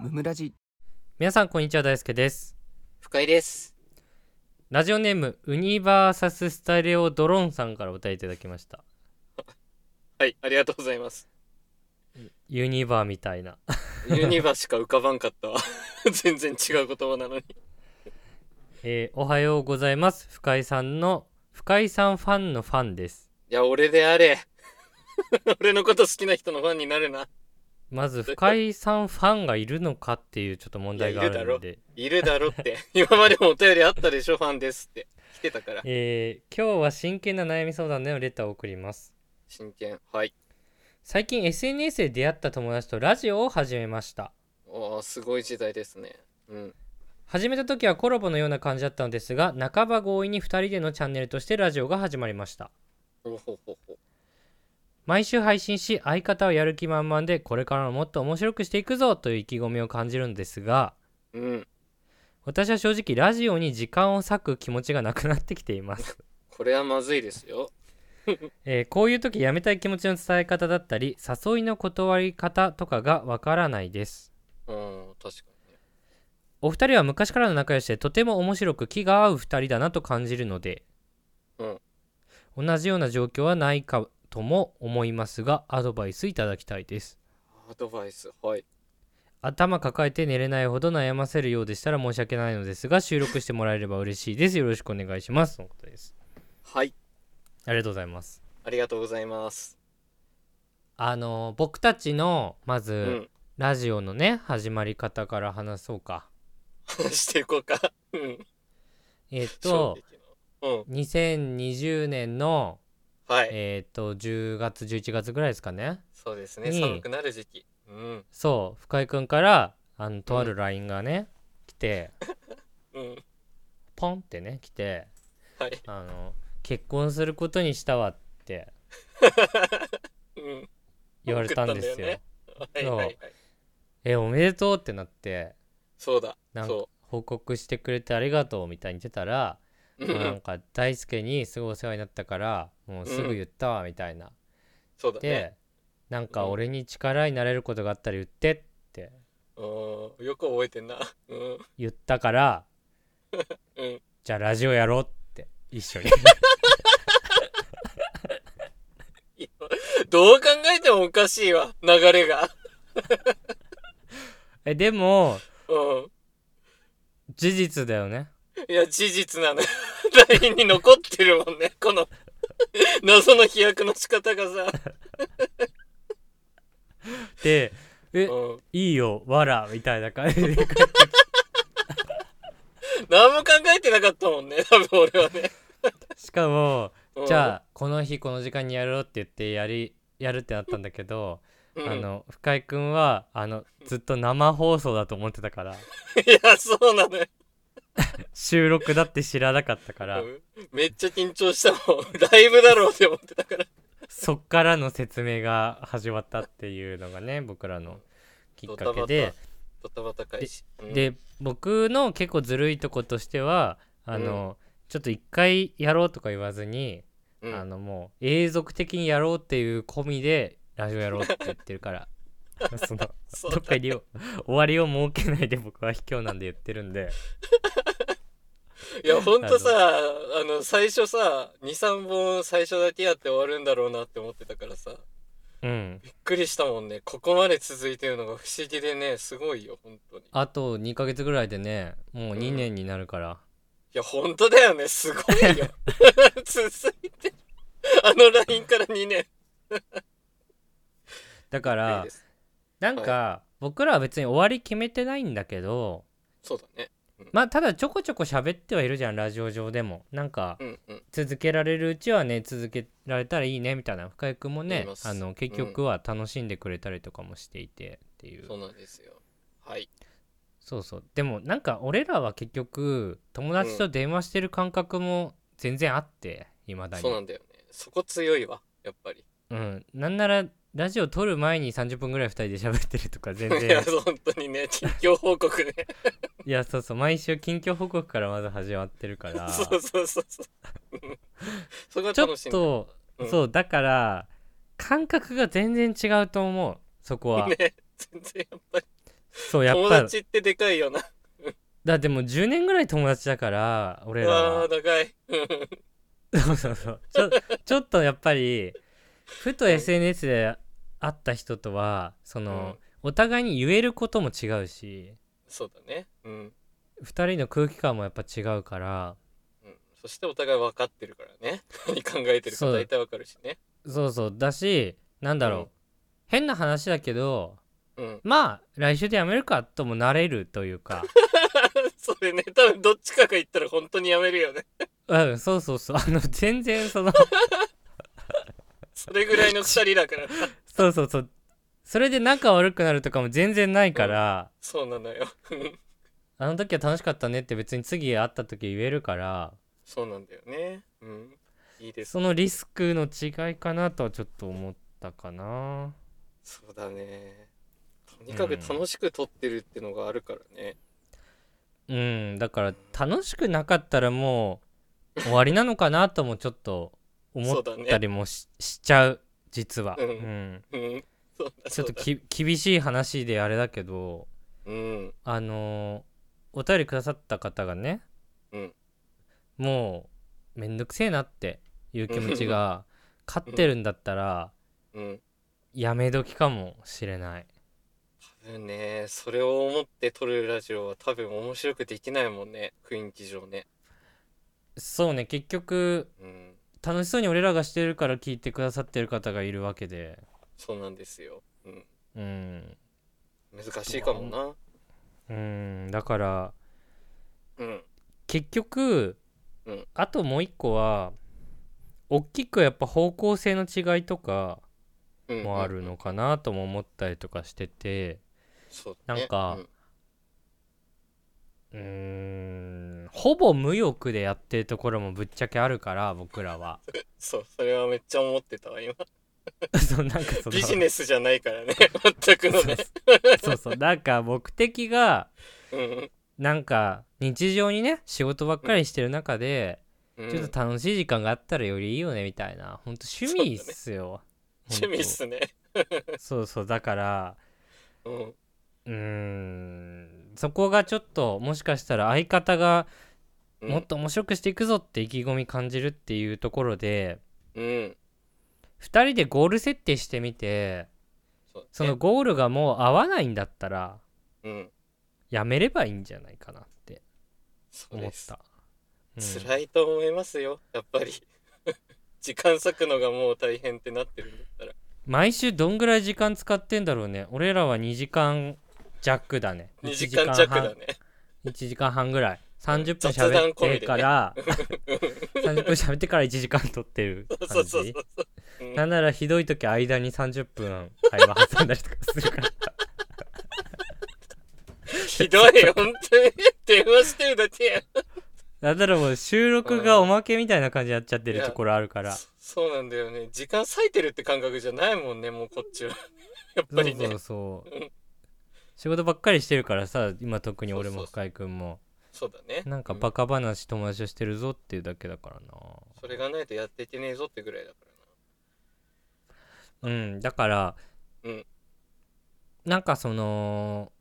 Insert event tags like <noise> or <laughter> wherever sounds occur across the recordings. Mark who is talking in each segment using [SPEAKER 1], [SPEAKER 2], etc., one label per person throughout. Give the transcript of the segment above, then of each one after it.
[SPEAKER 1] ムムラジ
[SPEAKER 2] 皆さんこんにちは大輔です
[SPEAKER 3] 深井です。
[SPEAKER 2] ラジオネームユニバーサススタレオドローンさんからお便りいただきました
[SPEAKER 3] はい、ありがとうございます。
[SPEAKER 2] ユニバーみたいな <laughs>
[SPEAKER 3] ユニバしか浮かばんかったわ。 <laughs> 全然違う言葉なのに。
[SPEAKER 2] えーおはようございます深井さんの深井さんファンのファンです
[SPEAKER 3] いや、俺であれ。 <laughs> 俺のこと好きな人のファンになるな。
[SPEAKER 2] まず深井さんファンがいるのかっていうちょっと問題があるので
[SPEAKER 3] いるだろって。 <laughs> 今までもお便りあったでしょ、ファンですって。来てたから。
[SPEAKER 2] えー今日は真剣な悩み相談のレターを送ります
[SPEAKER 3] 真剣。はい。
[SPEAKER 2] 最近 SNS で出会った友達とラジオを始めました
[SPEAKER 3] おー、すごい時代ですね。うん。
[SPEAKER 2] 始めた時はコラボのような感じだったのですが半ば強引に2人でのチャンネルとしてラジオが始まりました
[SPEAKER 3] ほほほほ。
[SPEAKER 2] 毎週配信し相方はやる気満々でこれからももっと面白くしていくぞという意気込みを感じるのですが
[SPEAKER 3] うん。
[SPEAKER 2] 私は正直ラジオに時間を割く気持ちがなくなってきています、
[SPEAKER 3] これはまずいですよ。
[SPEAKER 2] えーこういう時やめたい気持ちの伝え方だったり誘いの断り方とかがわからないです
[SPEAKER 3] うん、確かにね。
[SPEAKER 2] お二人は昔からの仲良しでとても面白く気が合う二人だなと感じるので、
[SPEAKER 3] うん
[SPEAKER 2] 同じような状況はないかとも思いますがアドバイスいただきたいです
[SPEAKER 3] アドバイス。はい。
[SPEAKER 2] 頭抱えて寝れないほど悩ませるようでしたら申し訳ないのですが収録してもらえれば嬉しいですよろしくお願いしますとのことです
[SPEAKER 3] はい。
[SPEAKER 2] ありがとうございます
[SPEAKER 3] ありがとうございます。
[SPEAKER 2] あの僕たちのまず、
[SPEAKER 3] うん。
[SPEAKER 2] ラジオのね始まり方から話そうか
[SPEAKER 3] 話 <laughs> していこうか。うん。
[SPEAKER 2] えっ、と
[SPEAKER 3] 衝撃の。うん。
[SPEAKER 2] 2020年の
[SPEAKER 3] はい。
[SPEAKER 2] えっ、と10月11月ぐらいですかね
[SPEAKER 3] そうですね。
[SPEAKER 2] に
[SPEAKER 3] 寒くなる時期。うん。
[SPEAKER 2] そう深井君からあのとある LINE がね、来て
[SPEAKER 3] うん。
[SPEAKER 2] ポンってね来て
[SPEAKER 3] はい。
[SPEAKER 2] あの結婚することにしたわって
[SPEAKER 3] うん。
[SPEAKER 2] 言われたんですよ
[SPEAKER 3] 送ったんだよねはいはいはい。
[SPEAKER 2] えおめでとうってなって
[SPEAKER 3] そうだ。
[SPEAKER 2] なんか
[SPEAKER 3] そ
[SPEAKER 2] 報告してくれてありがとうみたいに言ってたら、
[SPEAKER 3] う。
[SPEAKER 2] もうなんか大輔にすごいお世話になったからもうすぐ言ったわみたいな、
[SPEAKER 3] そうだね。
[SPEAKER 2] でなんか俺に力になれることがあったら言ってって
[SPEAKER 3] うん。よく覚えてんな。うん。
[SPEAKER 2] 言ったから
[SPEAKER 3] うん。
[SPEAKER 2] じゃあラジオやろうって一緒に
[SPEAKER 3] どう考えてもおかしいわ。流れが。
[SPEAKER 2] <laughs> えでも
[SPEAKER 3] うん。
[SPEAKER 2] 事実だよね
[SPEAKER 3] いや、事実なの。LINE <laughs> に残ってるもんね。この、謎の飛躍の仕方がさ。
[SPEAKER 2] で「え
[SPEAKER 3] うん。
[SPEAKER 2] いいよわら」みたいな感じで
[SPEAKER 3] 何も考えてなかったもんね。多分俺はね。
[SPEAKER 2] しかも
[SPEAKER 3] うん
[SPEAKER 2] じゃあこの日この時間にやろうって言ってやりやるってなったんだけど、
[SPEAKER 3] うん
[SPEAKER 2] あの深井君はあのずっと生放送だと思ってた
[SPEAKER 3] <laughs>
[SPEAKER 2] から
[SPEAKER 3] いや、そうなのよ。
[SPEAKER 2] 収録だって知らなかったから
[SPEAKER 3] うんめっちゃ緊張したもん。ライブだろうって思ってたから。
[SPEAKER 2] そっからの説明が始まったっていうのがね僕らのきっかけで、
[SPEAKER 3] ドタバタ開始。うん、
[SPEAKER 2] で僕の結構ずるいとことしてはあの、ちょっと一回やろうとか言わずに、
[SPEAKER 3] うん
[SPEAKER 2] あのもう永続的にやろうっていう込みでラジオやろうって言ってるから
[SPEAKER 3] <laughs>
[SPEAKER 2] その
[SPEAKER 3] <laughs> そう
[SPEAKER 2] どっかに終わりを設けないで僕は卑怯なんで言ってるんで
[SPEAKER 3] いや、ほんとさ、あの、最初さ、2、3本最初だけやって終わるんだろうなって思ってたからさ、
[SPEAKER 2] うん
[SPEAKER 3] びっくりしたもんね。ここまで続いてるのが不思議でね、すごいよ、ほんとに。い
[SPEAKER 2] あと2ヶ月ぐらいでねもう2
[SPEAKER 3] うん
[SPEAKER 2] 年になるから、
[SPEAKER 3] や、ほんとだよね、すごい
[SPEAKER 2] <laughs>
[SPEAKER 3] よ。 <laughs> 続いてる。あのラインから2年。
[SPEAKER 2] だか
[SPEAKER 3] いい
[SPEAKER 2] ら
[SPEAKER 3] です
[SPEAKER 2] なんか、僕らは別に終わり決めてないんだけど
[SPEAKER 3] そうだね。
[SPEAKER 2] まあただちょこちょこ喋ってはいるじゃんラジオ上でもなんか
[SPEAKER 3] うんうん。
[SPEAKER 2] 続けられるうちはね続けられたらいいねみたいな深井君も
[SPEAKER 3] 思
[SPEAKER 2] ね
[SPEAKER 3] います
[SPEAKER 2] あの結局は楽しんでくれたりとかもしていてっていう、
[SPEAKER 3] そうなんですよ。はい。
[SPEAKER 2] そうそうでもなんか俺らは結局友達と電話してる感覚も全然あっていまだに
[SPEAKER 3] そうなんだよね。そこ強いわ、やっぱり。
[SPEAKER 2] うん、なんならラジオ撮る前に30分ぐらい2人で喋ってるとか全
[SPEAKER 3] <laughs> いや、
[SPEAKER 2] 然
[SPEAKER 3] ほんとにね、近況報告ね。
[SPEAKER 2] いやそうそう毎週近況報告からまず始まってるから
[SPEAKER 3] <laughs> そうそうそうそう。うんそこが
[SPEAKER 2] ちょ
[SPEAKER 3] 楽しい
[SPEAKER 2] っ
[SPEAKER 3] んだよ
[SPEAKER 2] と、
[SPEAKER 3] うん
[SPEAKER 2] そうだから感覚が全然違うと思うそこは、
[SPEAKER 3] ね。全然やっぱり。
[SPEAKER 2] そうやっ
[SPEAKER 3] 友
[SPEAKER 2] ぱ
[SPEAKER 3] 達ってでかいよな。
[SPEAKER 2] だってもう10年ぐらい友達だから俺ら
[SPEAKER 3] わあ、
[SPEAKER 2] は
[SPEAKER 3] 長い。
[SPEAKER 2] そうそうそうちょちょっとやっぱりふと SNS で会った人とはその、お互いに言えることも違うし
[SPEAKER 3] そうだね。うん。
[SPEAKER 2] 2人の空気感もやっぱ違うから
[SPEAKER 3] うんそしてお互い分かってるからね。 <laughs> 何考えてるか
[SPEAKER 2] そう
[SPEAKER 3] 大体分かるしね。
[SPEAKER 2] そうそうだしなんだろう、
[SPEAKER 3] うん
[SPEAKER 2] 変な話だけど
[SPEAKER 3] うん。 <laughs>
[SPEAKER 2] まあ来週でやめるかともなれるというか <laughs>
[SPEAKER 3] それね、多分どっちかが言ったら本当にやめるよね。 <laughs>
[SPEAKER 2] うんそうそうそうあの全然その <laughs>
[SPEAKER 3] それぐらいの二人だから。
[SPEAKER 2] そうそうそうそれで仲悪くなるとかも全然ないから、
[SPEAKER 3] そうなのよ。うん
[SPEAKER 2] あの時は楽しかったねって別に次会った時言えるから
[SPEAKER 3] そうなんだよね。うん。いいです。
[SPEAKER 2] そのリスクの違いかなとはちょっと思ったかな
[SPEAKER 3] そうだね。とにかく楽しく撮ってるってのがあるからね。
[SPEAKER 2] うんだから楽しくなかったらもう終わりなのかなともちょっと思
[SPEAKER 3] そう
[SPEAKER 2] っ
[SPEAKER 3] だね
[SPEAKER 2] た。りもし,、ちゃう実は、
[SPEAKER 3] うん
[SPEAKER 2] うん
[SPEAKER 3] うん。そうだ
[SPEAKER 2] ちょっと
[SPEAKER 3] そうだ
[SPEAKER 2] き <laughs> 厳しい話であれだけど
[SPEAKER 3] うん。
[SPEAKER 2] あのーお便りくださった方がね
[SPEAKER 3] うん。
[SPEAKER 2] もうめんどくせえなっていう気持ちが勝ってるんだったら
[SPEAKER 3] うん。
[SPEAKER 2] やめ時かもしれない
[SPEAKER 3] 多分ね、それを思って撮るラジオは多分面白くできないもんね。雰囲気上ね。
[SPEAKER 2] そうね結局
[SPEAKER 3] うん。
[SPEAKER 2] 楽しそうに俺らがしてるから聞いてくださってる方がいるわけで
[SPEAKER 3] そうなんですよ。うん。
[SPEAKER 2] うん
[SPEAKER 3] 難しいかもな。
[SPEAKER 2] うんだから
[SPEAKER 3] うん。
[SPEAKER 2] 結局、
[SPEAKER 3] うん
[SPEAKER 2] あともう一個は大きくやっぱ方向性の違いとか
[SPEAKER 3] うん。
[SPEAKER 2] もあるのかなとも思ったりとかしてて
[SPEAKER 3] そうだね。
[SPEAKER 2] なんか
[SPEAKER 3] うん
[SPEAKER 2] うーんほぼ無欲でやってるところもぶっちゃけあるから僕らは <laughs>
[SPEAKER 3] そう、それはめっちゃ思ってたわ、今。
[SPEAKER 2] そうなんかその
[SPEAKER 3] ビジネスじゃないからね。 <laughs> 全くのね。
[SPEAKER 2] そうそうなんか目的が
[SPEAKER 3] うん
[SPEAKER 2] なんか日常にね仕事ばっかりしてる中で、
[SPEAKER 3] うん。
[SPEAKER 2] ちょっと楽しい時間があったらよりいいよねみたいなほんと趣味っすよ、
[SPEAKER 3] <laughs> 趣味っすね。
[SPEAKER 2] ほんとそうそうだから
[SPEAKER 3] うん。
[SPEAKER 2] うーんそこがちょっともしかしたら相方が
[SPEAKER 3] うん
[SPEAKER 2] もっと面白くしていくぞって意気込み感じるっていうところで
[SPEAKER 3] うん。
[SPEAKER 2] 2人でゴール設定してみて
[SPEAKER 3] そう
[SPEAKER 2] そ
[SPEAKER 3] だね
[SPEAKER 2] のゴールがもう合わないんだったら
[SPEAKER 3] うん。
[SPEAKER 2] やめればいいんじゃないかなって
[SPEAKER 3] そう
[SPEAKER 2] 思っ
[SPEAKER 3] です。
[SPEAKER 2] た、うん
[SPEAKER 3] 辛いと思いますよ、やっぱり。 <laughs> 時間割くのがもう大変ってなってるんだったら。
[SPEAKER 2] 毎週どんぐらい時間使ってんだろうね俺らは2時間弱だね
[SPEAKER 3] 2時間弱だね。
[SPEAKER 2] 1時間半ぐらい30分
[SPEAKER 3] 雑談
[SPEAKER 2] 喋
[SPEAKER 3] 込みで
[SPEAKER 2] っ
[SPEAKER 3] ね
[SPEAKER 2] てから、30分喋ってから1時間撮ってる感じ
[SPEAKER 3] そうそうそうそう。うん
[SPEAKER 2] なんならひどい時間に30分会話挟んだりとかするから
[SPEAKER 3] ひどい、本当に。電話してるだけや。
[SPEAKER 2] なんならもう収録がおまけみたいな感じになっちゃってるところあるからそ
[SPEAKER 3] そそうなんだよね。時間割いてるって感覚じゃないもんね、もうこっちは。やっぱ
[SPEAKER 2] う
[SPEAKER 3] りね。
[SPEAKER 2] そうそう
[SPEAKER 3] うん
[SPEAKER 2] 仕事ばっかりしてるからさ今特に俺
[SPEAKER 3] そう
[SPEAKER 2] も
[SPEAKER 3] そうそう
[SPEAKER 2] 深井君も
[SPEAKER 3] そうだね。
[SPEAKER 2] なんか
[SPEAKER 3] うん
[SPEAKER 2] バカ話友達としてるぞっていうだけだからな
[SPEAKER 3] それがないとやっていけねえぞってぐらいだか
[SPEAKER 2] うんだから、
[SPEAKER 3] うん
[SPEAKER 2] なんかその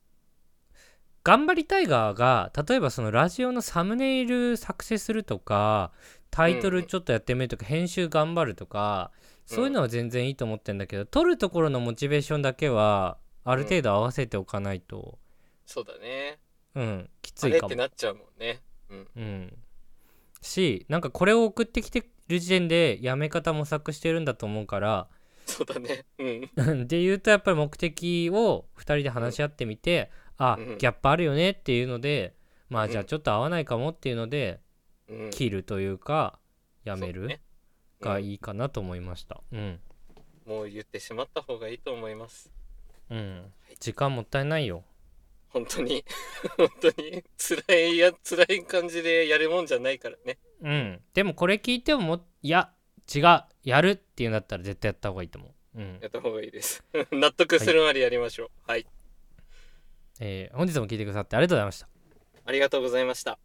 [SPEAKER 2] 頑張りタイガーが例えばそのラジオのサムネイル作成するとかタイト
[SPEAKER 3] うん
[SPEAKER 2] ル
[SPEAKER 3] うん
[SPEAKER 2] ちょっとやってみるとか、編集頑張るとかそういうのは全然いいと思ってんだけど、撮るところのモチベーションだけはある程度合わせておかないと、
[SPEAKER 3] ら。そうだね。
[SPEAKER 2] うんきつ
[SPEAKER 3] あ
[SPEAKER 2] い
[SPEAKER 3] れ
[SPEAKER 2] かも
[SPEAKER 3] って。なっちゃうもんね。うん。
[SPEAKER 2] うん、しなんかこれを送ってきてる時点でやめ方模索してるんだと思うから、 <laughs>
[SPEAKER 3] そうだね。うん。
[SPEAKER 2] で言うとやっぱり目的を2人で話し合ってみて、あ
[SPEAKER 3] うん
[SPEAKER 2] ギャップあるよねっていうのでまあじゃ
[SPEAKER 3] う
[SPEAKER 2] あ
[SPEAKER 3] ん
[SPEAKER 2] ちょっと合わないかもっていうので、
[SPEAKER 3] うん、
[SPEAKER 2] 切るというかやめ
[SPEAKER 3] そう
[SPEAKER 2] る
[SPEAKER 3] ね
[SPEAKER 2] が
[SPEAKER 3] うん
[SPEAKER 2] いいかなと思いましたうん、
[SPEAKER 3] もう言ってしまった方がいいと思います。
[SPEAKER 2] うん、時間もったいないよ
[SPEAKER 3] 本当に <laughs> 本当に辛いや辛い感じでやるもんじゃないからね
[SPEAKER 2] うんでもこれ聞いてももいや違うやるっていうんだったら絶対やった方がいいと思う、うん
[SPEAKER 3] やった方がいいです納得するまでやりましょうはい、
[SPEAKER 2] えー本日も聞いてくださってありがとうございました
[SPEAKER 3] ありがとうございました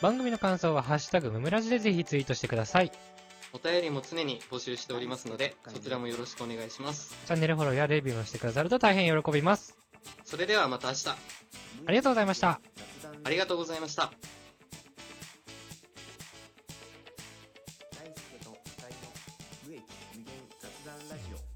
[SPEAKER 2] 番組の感想は「ハッシュタグむむらじ」でぜひツイートしてください
[SPEAKER 3] お便りも常に募集しておりますので、そちらもよろしくお願いします。
[SPEAKER 2] チャンネルフォローやレビューもしてくださると大変喜びます。
[SPEAKER 3] それではまた明日、
[SPEAKER 2] ありがとうございました。
[SPEAKER 3] ありがとうございました。
[SPEAKER 4] 大輔と二人の無益無限雑談ラジオ